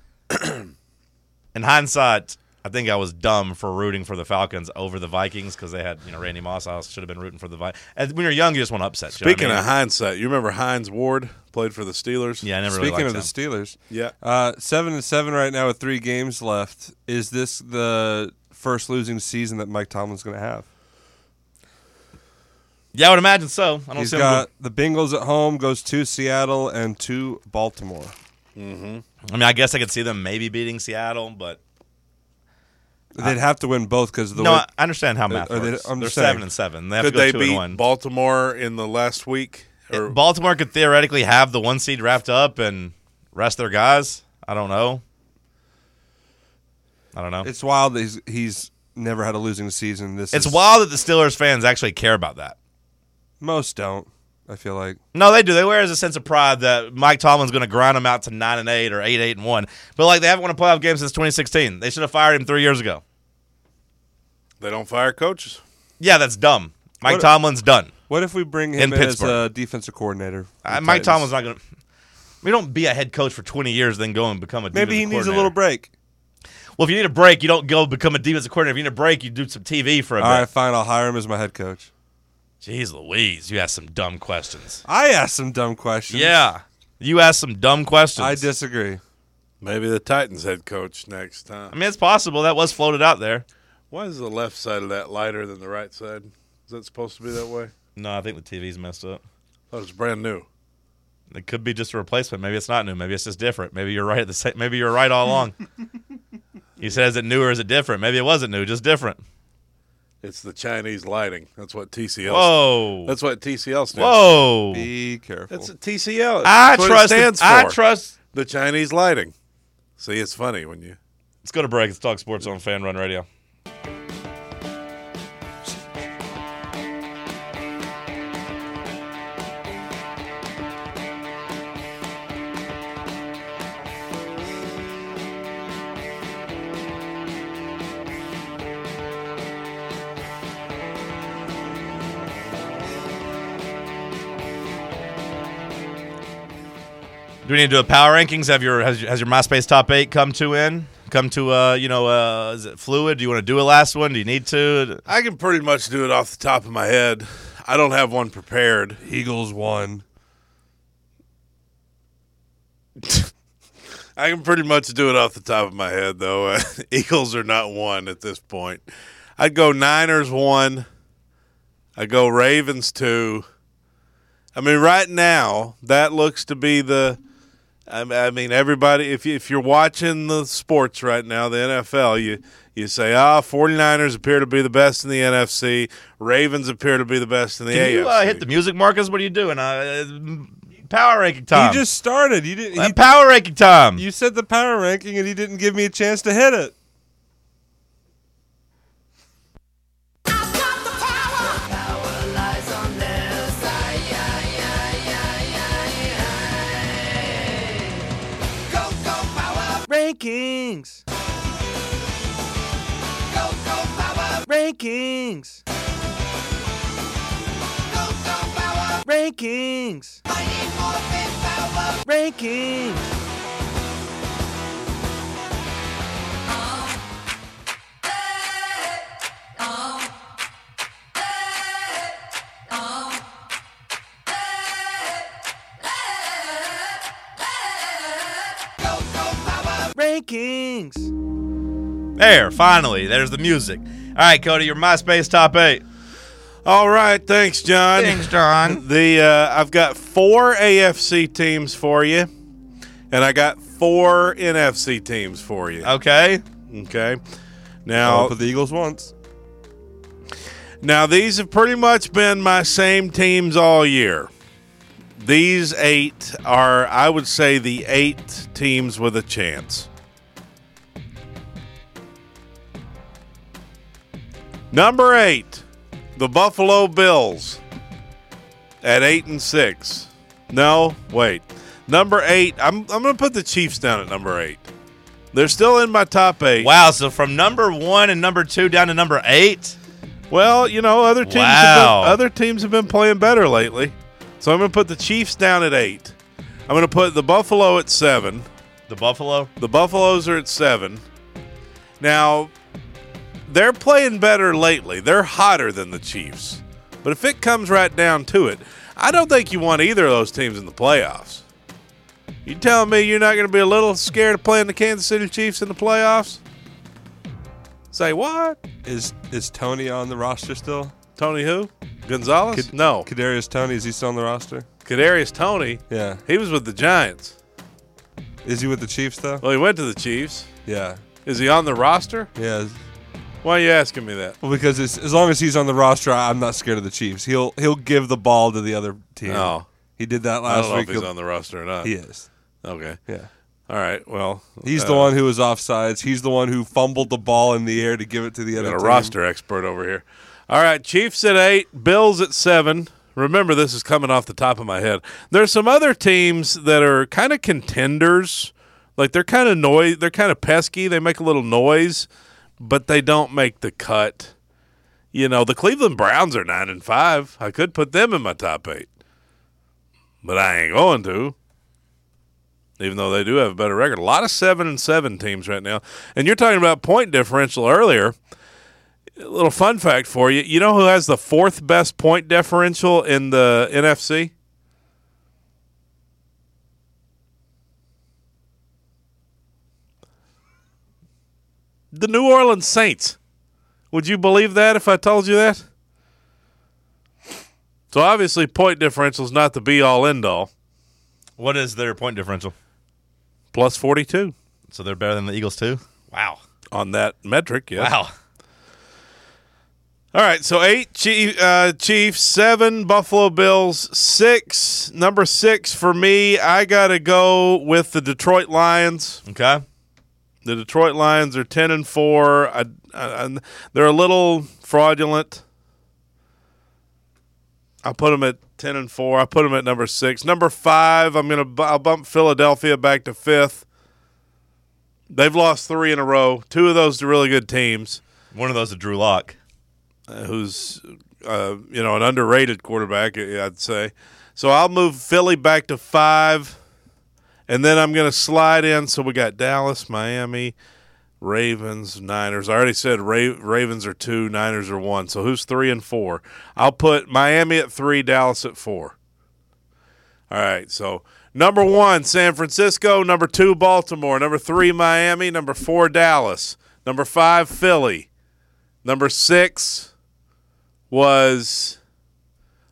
In hindsight, I think I was dumb for rooting for the Falcons over the Vikings because they had you know Randy Moss. I should have been rooting for the Vikings. When you're young, you just want to upset. you know what I Speaking mean? of hindsight, you remember Hines Ward played for the Steelers? yeah, I never speaking really of liked the him. Steelers, Yeah. uh, seven and seven right now with three games left. Is this the first losing season that Mike Tomlin's going to have? yeah, I would imagine so. I don't He's see him got the Bengals at home, goes to Seattle and to Baltimore. go- I mean, I guess I could see them maybe beating Seattle, but They'd have to win both because of the no, way, I understand how math or they- works. They, I'm are just seven saying. and seven. They have Could to go they two beat and one. Baltimore in the last week? Or Baltimore could theoretically have the one seed wrapped up and rest their guys. I don't know. I don't know. It's, it's wild. That he's he's never had a losing season. This is, wild that the Steelers fans actually care about that. Most don't. I feel like No, they do. They wear it as a sense of pride that Mike Tomlin's going to grind them out to nine and eight or eight eight and one. But like they haven't won a playoff game since 2016. They should have fired him three years ago. they don't fire coaches. Yeah, that's dumb. Mike What- Tomlin's done. what if we bring In him in as Pittsburgh. a defensive coordinator? for Uh, the Mike Tomlin's Titans? not going to. We don't be a head coach for 20 years, then go and become a. Maybe defensive he needs a coordinator. little break. Well, if you need a break, you don't go become a defensive coordinator. If you need a break, you do some TV for a All bit. right, fine. I'll hire him as my head coach. Jeez Louise, you asked some dumb questions. I asked some dumb questions. Yeah. You asked some dumb questions. I disagree. Maybe the Titans head coach next time. I mean, it's possible. That was floated out there. Why is the left side of that lighter than the right side? Is that supposed to be that way? No, I think the TV's messed up. That was brand new. It could be just a replacement. Maybe it's not new. Maybe it's just different. Maybe you're right at the same. Maybe you're right all along. you said, is it new or is it different? Maybe it wasn't new, just different. It's the Chinese lighting. That's what TCL. Whoa. That's what TCL stands. for. Whoa. Be careful. That's a TCL. I That's what it trust. stands I for. trust. the Chinese lighting. See, it's funny when you. Let's go to break. Let's talk sports on Fan Run Radio. Do we need to do a power rankings? Have your has, your has your MySpace top eight come to in? Come to uh, you know, uh, is it fluid? Do you want to do a last one? Do you need to? I can pretty much do it off the top of my head. I don't have one prepared. Eagles won. I can pretty much do it off the top of my head, though. Uh, Eagles are not one at this point. I'd go Niners one. I go Ravens two. I mean, right now that looks to be the. I m- I mean, everybody. If you, if you're watching the sports right now, the NFL, you you say, ah, 49ers appear to be the best in the NFC. Ravens appear to be the best in the Can AFC. you uh, hit the music, Marcus? What are you doing? Uh, power ranking time. He just started. You Uh, didn't. He, power ranking time. you said the power ranking, and he didn't give me a chance to hit it. Rankings. Rankings. Rankings. Rankings. Rankings. There, finally, there's the music. All right, Cody, your MySpace top eight. All right, thanks, John. John. The uh, I've got four AFC teams for you, and I got four NFC teams for you. Okay. Okay. Oh, Now, but the Eagles once. now these have pretty much been my same teams all year. These eight are, I would say, the eight teams with a chance. Number eight, the Buffalo Bills at eight and six. No, wait. Number eight, I'm, I'm going to put the Chiefs down at number eight. They're still in my top eight. Wow. So from number one and number two down to number eight. Well, you know, other teams Wow. have been, other teams have been playing better lately. So I'm going to put the Chiefs down at 8. I'm going to put the Buffalo at 7. The Buffalo. The Buffaloes are at 7. Now, they're playing better lately. They're hotter than the Chiefs. But if it comes right down to it, I don't think you want either of those teams in the playoffs. You telling me you're not going to be a little scared of playing the Kansas City Chiefs in the playoffs? Say what? Is is Tony on the roster still? Tony who? Gonzalez? no. Kadarius Tony is he still on the roster? Kadarius Tony, Yeah. he was with the Giants. Is he with the Chiefs though? Well, he went to the Chiefs. Yeah. Is he on the roster? Yeah. Why are you asking me that? Well, because it's, as long as he's on the roster, I- I'm not scared of the Chiefs. He'll he'll give the ball to the other team. No. He did that Oh. I last don't know week. if he's He'll- on the roster or not. he is. Okay. Yeah. All right. Well, He's the uh, one who was offsides. He's the one who fumbled the ball in the air to give it to the other got a team. roster expert over here. All right. Chiefs at eight, Bills at seven. Remember, this is coming off the top of my head. There's some other teams that are kind of contenders. Like they're kind of noise. They're kind of pesky. They make a little noise, but they don't make the cut. You know, the Cleveland Browns are nine and five. I could put them in my top eight, but I ain't going to. Even though they do have a better record, a lot of seven and seven teams right now. And you're talking about point differential earlier. A little fun fact for you: You know who has the fourth best point differential in the NFC? The New Orleans Saints. Would you believe that if I told you that? So obviously, point differential is not the be-all end-all. What is their point differential? Plus forty-two So they're better than the Eagles too. Wow. on that metric. Yes. Wow. All right, so eight Chief, uh, Chiefs, seven Buffalo Bills, six number six for me. I gotta go with the Detroit Lions. Okay. The Detroit Lions are ten and four. I, I, I- they're a little fraudulent. I put them at ten and four. I put them at number six. Number five, I'm gonna bu- I'll bump Philadelphia back to fifth. They've lost three in a row. Two of those to really good teams One of those is Drew Lock. who's uh, you know an underrated quarterback, I- I'd say. So I'll move Philly back to five, and then I'm going to slide in. So we got Dallas, Miami, Ravens, Niners. I already said Ra- Ravens are two, Niners are one. So who's three and four? I'll put Miami at three, Dallas at four. All right, so. Number one, San Francisco. Number two, Baltimore. Number three, Miami. Number four, Dallas. Number five, Philly. Number six, was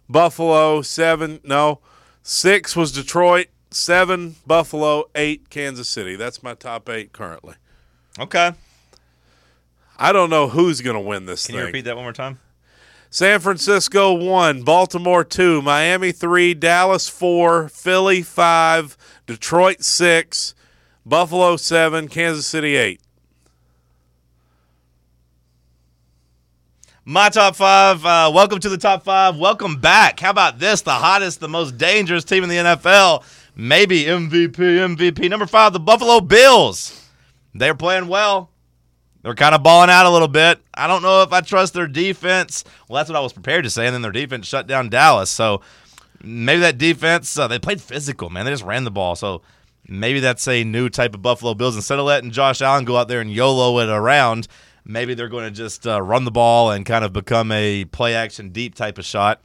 Buffalo, seven, no, six was Detroit, seven, Buffalo, eight, Kansas City. That's my top eight currently. Okay. I don't know who's going to win this Can thing. you repeat that one more time? San Francisco, one, Baltimore, two, Miami, three, Dallas, four, Philly, five, Detroit, six, Buffalo, seven, Kansas City, eight. My top five. Uh, welcome to the top five. Welcome back. How about this? The hottest, the most dangerous team in the NFL. Maybe MVP, MVP. Number five, the Buffalo Bills. They're playing well. They're kind of balling out a little bit. I don't know if I trust their defense. Well, that's what I was prepared to say. And then their defense shut down Dallas. So maybe that defense, uh, they played physical, man. They just ran the ball. So maybe that's a new type of Buffalo Bills. Instead of letting Josh Allen go out there and YOLO it around, maybe they're going to just uh, run the ball and kind of become a play action deep type of shot.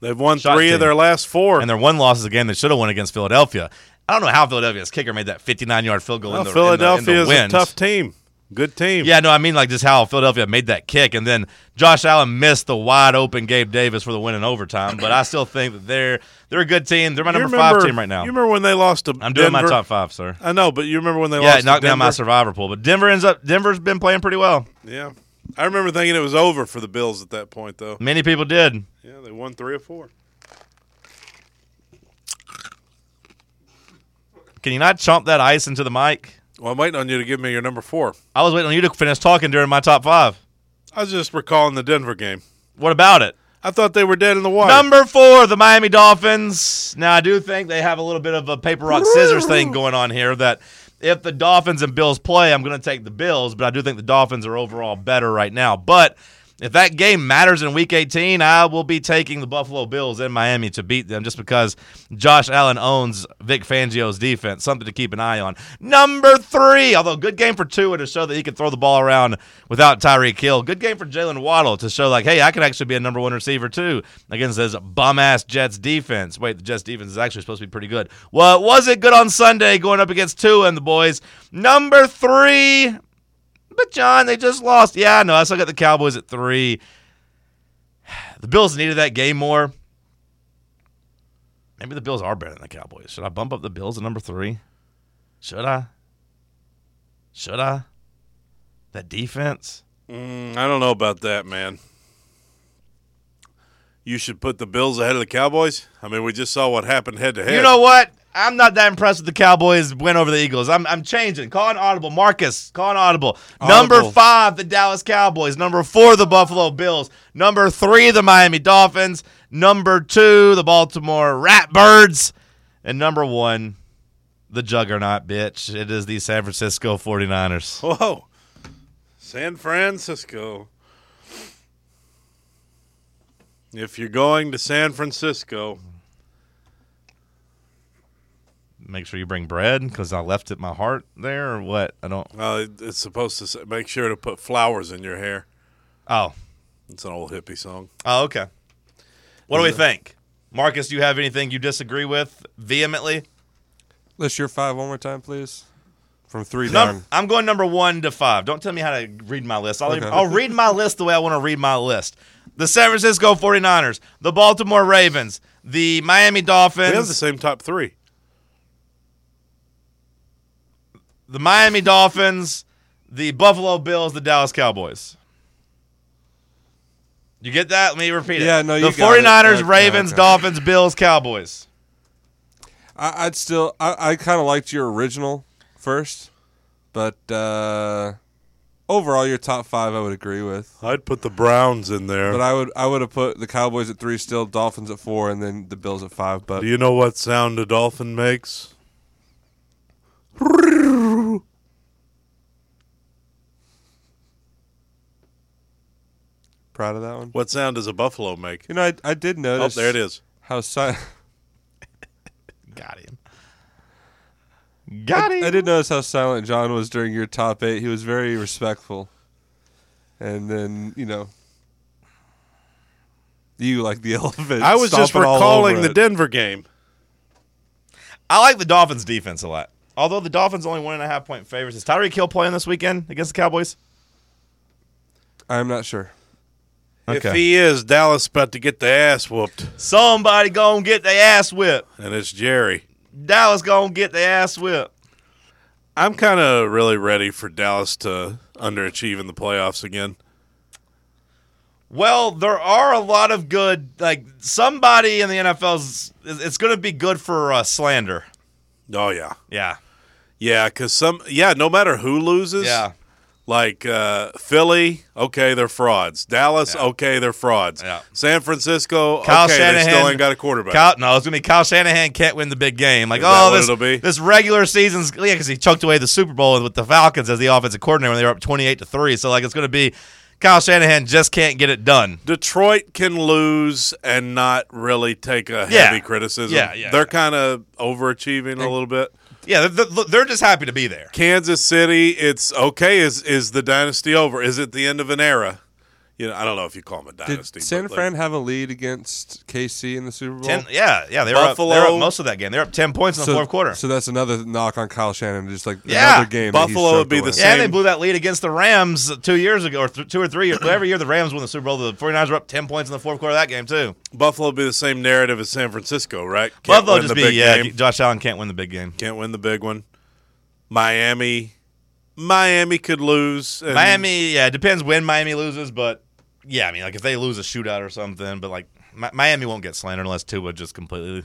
They've won Shot three team. of their last four. And their one loss is a game they should have won against Philadelphia. I don't know how Philadelphia's kicker made that 59 yard field goal Well, in the in the- in the Philadelphia is a wind. tough team. Good team. Yeah, no, I mean like just how Philadelphia made that kick, and then Josh Allen missed the wide open Gabe Davis for the win in overtime. But I still think that they're they're a good team. They're my You number remember- five team right now. You remember when they lost to I'm doing my Denver? top five, sir. I know, but you remember when they Yeah, lost? it knocked to down my Denver? survivor pool, but Denver ends up. Denver's been playing pretty well. Yeah, I remember thinking it was over for the Bills at that point, though. Many people did. Yeah, they won three or four. Can you not chomp that ice into the mic? Well, I'm waiting on you to give me your number four. I was waiting on you to finish talking during my top five. I was just recalling the Denver game. What about it? I thought they were dead in the water. Number four, the Miami Dolphins. Now, I do think they have a little bit of a paper, rock, scissors thing going on here that if the Dolphins and Bills play, I'm going to take the Bills, but I do think the Dolphins are overall better right now. But if that game matters in week 18, I will be taking the Buffalo Bills in Miami to beat them just because Josh Allen owns Vic Fangio's defense. Something to keep an eye on. Number three, although good game for Tua to show that he can throw the ball around without Tyreek Hill. Good game for Jalen Waddle to show, like, hey, I can actually be a number one receiver too against this bum ass Jets defense. Wait, the Jets defense is actually supposed to be pretty good. Well, it wasn't good on Sunday going up against Tua and the boys. Number three, but John, they just lost. Yeah, I know. I still got the Cowboys at three. The Bills needed that game more. Maybe the Bills are better than the Cowboys. Should I bump up the Bills to number three? Should I? Should I? That defense? Mm, I don't know about that, man. You should put the Bills ahead of the Cowboys. I mean, we just saw what happened head to head. You know what? I'm not that impressed with the Cowboys win over the Eagles. I'm, I'm changing. Call an audible. Marcus, call an audible. Number Audible. five, the Dallas Cowboys. Number four, the Buffalo Bills. Number three, the Miami Dolphins. Number two, the Baltimore Ratbirds. And number one, the juggernaut, bitch. It is the San Francisco 49ers. Whoa, San Francisco. If you're going to San Francisco, Make sure you bring bread because I left it my heart there or what? I don't. uh, it's supposed to say, make sure to put flowers in your hair. Oh. It's an old hippie song. Oh, okay. What do we think? Marcus, do you have anything you disagree with vehemently? List your five one more time, please. From three Num- down. I'm going number one to five. Don't tell me how to read my list. I'll, Okay. I'll read my list the way I want to read my list. The San Francisco 49ers, the Baltimore Ravens, the Miami We have the Dolphins, same top three. the Miami Dolphins, the Buffalo Bills, the Dallas Cowboys. You get that? Let me repeat it. Yeah, no, you The got it. 49ers, Okay, Ravens, okay. Dolphins, Bills, Cowboys. I, I'd still. I, I kind of liked your original first, but uh, overall, your top five I would agree with. I'd put the Browns in there. But I would I would have put the Cowboys at three, still Dolphins at four, and then the Bills at five. But Do you know what sound a dolphin makes? proud of that one. What sound does a buffalo make? You know, I, I did Oh, notice. there it is. How si- Got him. Got him. I did notice how silent John was during your top eight. He was very respectful, and then you know, you like the elephant. I was just stomping all recalling over the it. Denver game. I like the Dolphins' defense a lot. Although the Dolphins only one and a half point favorites. Is Tyreek Hill playing this weekend against the Cowboys? I'm not sure. If he is, Dallas about to get the ass whooped, Somebody gonna get their ass whipped. and it's Jerry. Dallas gonna get their ass whipped. I'm kind of really ready for Dallas to underachieve in the playoffs again. Well, there are a lot of good. Like somebody in the NFL's, it's gonna be good for uh, slander. Oh yeah, Yeah, yeah. Cause some, yeah. No matter who loses, yeah, Like uh, Philly, okay, they're frauds. Dallas, Yeah. okay, they're frauds. Yeah. San Francisco, Kyle okay, they Shanahan- still ain't got a quarterback. Kyle, no, it's gonna be Kyle Shanahan can't win the big game. Like, Is that oh, what this it'll be? this regular season's yeah, because he choked away the Super Bowl with the Falcons as the offensive coordinator when they were up twenty eight to three. So like, it's gonna be Kyle Shanahan just can't get it done. Detroit can lose and not really take a Yeah. heavy criticism. Yeah, yeah, they're yeah. kind of overachieving a little bit. Yeah, they're, they're just happy to be there. Kansas City, it's okay. Is is the dynasty over? Is it the end of an era? You know, I don't know if you call them a Did dynasty. San but, like, Fran have a lead against KC in the Super Bowl? Ten, yeah, yeah, they were up, they were Buffalo- up most of that game. They're up ten points in the fourth quarter. So that's another knock on Kyle Shannon, just like Yeah. another game. that he Buffalo would struggled be the with. same. Yeah, and they blew that lead against the Rams two years ago, or th- two or three, years, whatever year the Rams won the Super Bowl. The 49ers were up 10 points in the fourth quarter of that game, too. Buffalo would be the same narrative as San Francisco, right? Can't Buffalo win just the be, big yeah, game. Josh Allen can't win the big game. Can't win the big one. Miami, Miami could lose. and- Miami, yeah, it depends when Miami loses, but yeah, I mean, like if they lose a shootout or something, but like Mi- Miami won't get slandered unless Tua just completely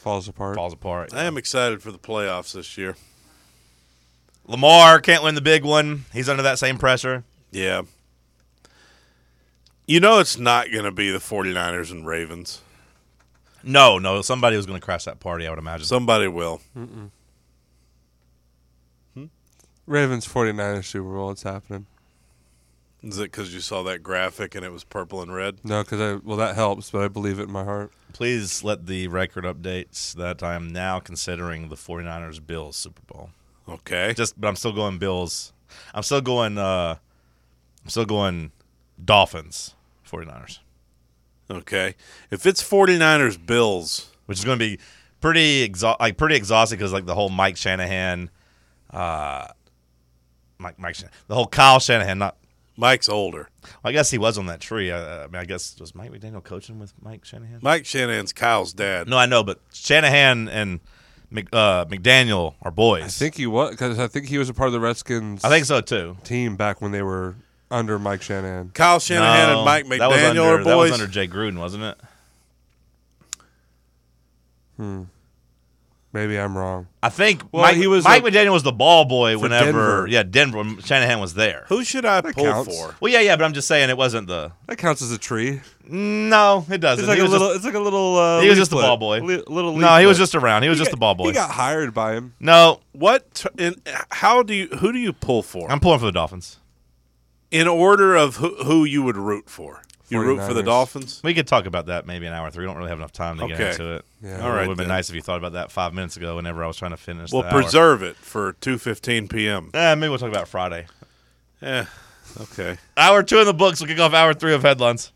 falls apart. falls apart. I am excited for the playoffs this year. Lamar can't win the big one. He's under that same pressure. Yeah. You know it's not going to be the 49ers and Ravens. No, no, somebody was going to crash that party, I would imagine. Somebody will. Ravens 49ers Super Bowl. It's happening. Is it because you saw that graphic and it was purple and red? No, because I well that helps, but I believe it in my heart. Please let the record updates that I am now considering the 49ers Bills Super Bowl. Okay. Just but I'm still going Bills. I'm still going uh I'm still going Dolphins 49ers, Okay. If it's 49ers Bills, which is going to be pretty exha- like pretty exhausting cuz like the whole Mike Shanahan uh Mike Mike Shan- the whole Kyle Shanahan not Mike's older. I guess he was on that tree. Uh, I, I mean, I guess was Mike McDaniel coaching with Mike Shanahan? Mike Shanahan's Kyle's dad. No, I know, but Shanahan and Mc, uh, McDaniel are boys. I think he was because I think he was a part of the Redskins. I think so too. team back when they were under Mike Shanahan. Kyle Shanahan and Mike McDaniel that was under, are boys. That was under Jay Gruden, wasn't it? Maybe I'm wrong. I think Well, Mike, he was Mike a- McDaniel was the ball boy whenever. Denver. Yeah, Denver. When Shanahan was there. Who should I pull counts. for? Well, yeah, yeah, but I'm just saying it wasn't the. That counts as a tree. No, it doesn't. It's like he a was little. Just, it's like a little. Uh, he was just the leaflet. ball boy. Le- little. no, he was leaflet. just around. He was He just got- the ball boy. He got hired by him. no, What? t- In, how do you? Who do you pull for? I'm pulling for the Dolphins. in order of who, who you would root for. You root for the 49ers. Dolphins. We could talk about that maybe an hour or three. We don't really have enough time to Okay. get into it. Yeah. it All right, would have been then. nice if you thought about that five minutes ago. Whenever I was trying to finish. Well, the hour. preserve it for two fifteen p.m. Eh, maybe we'll talk about Friday. Eh, okay. Hour two in the books. We kick off hour three of headlines.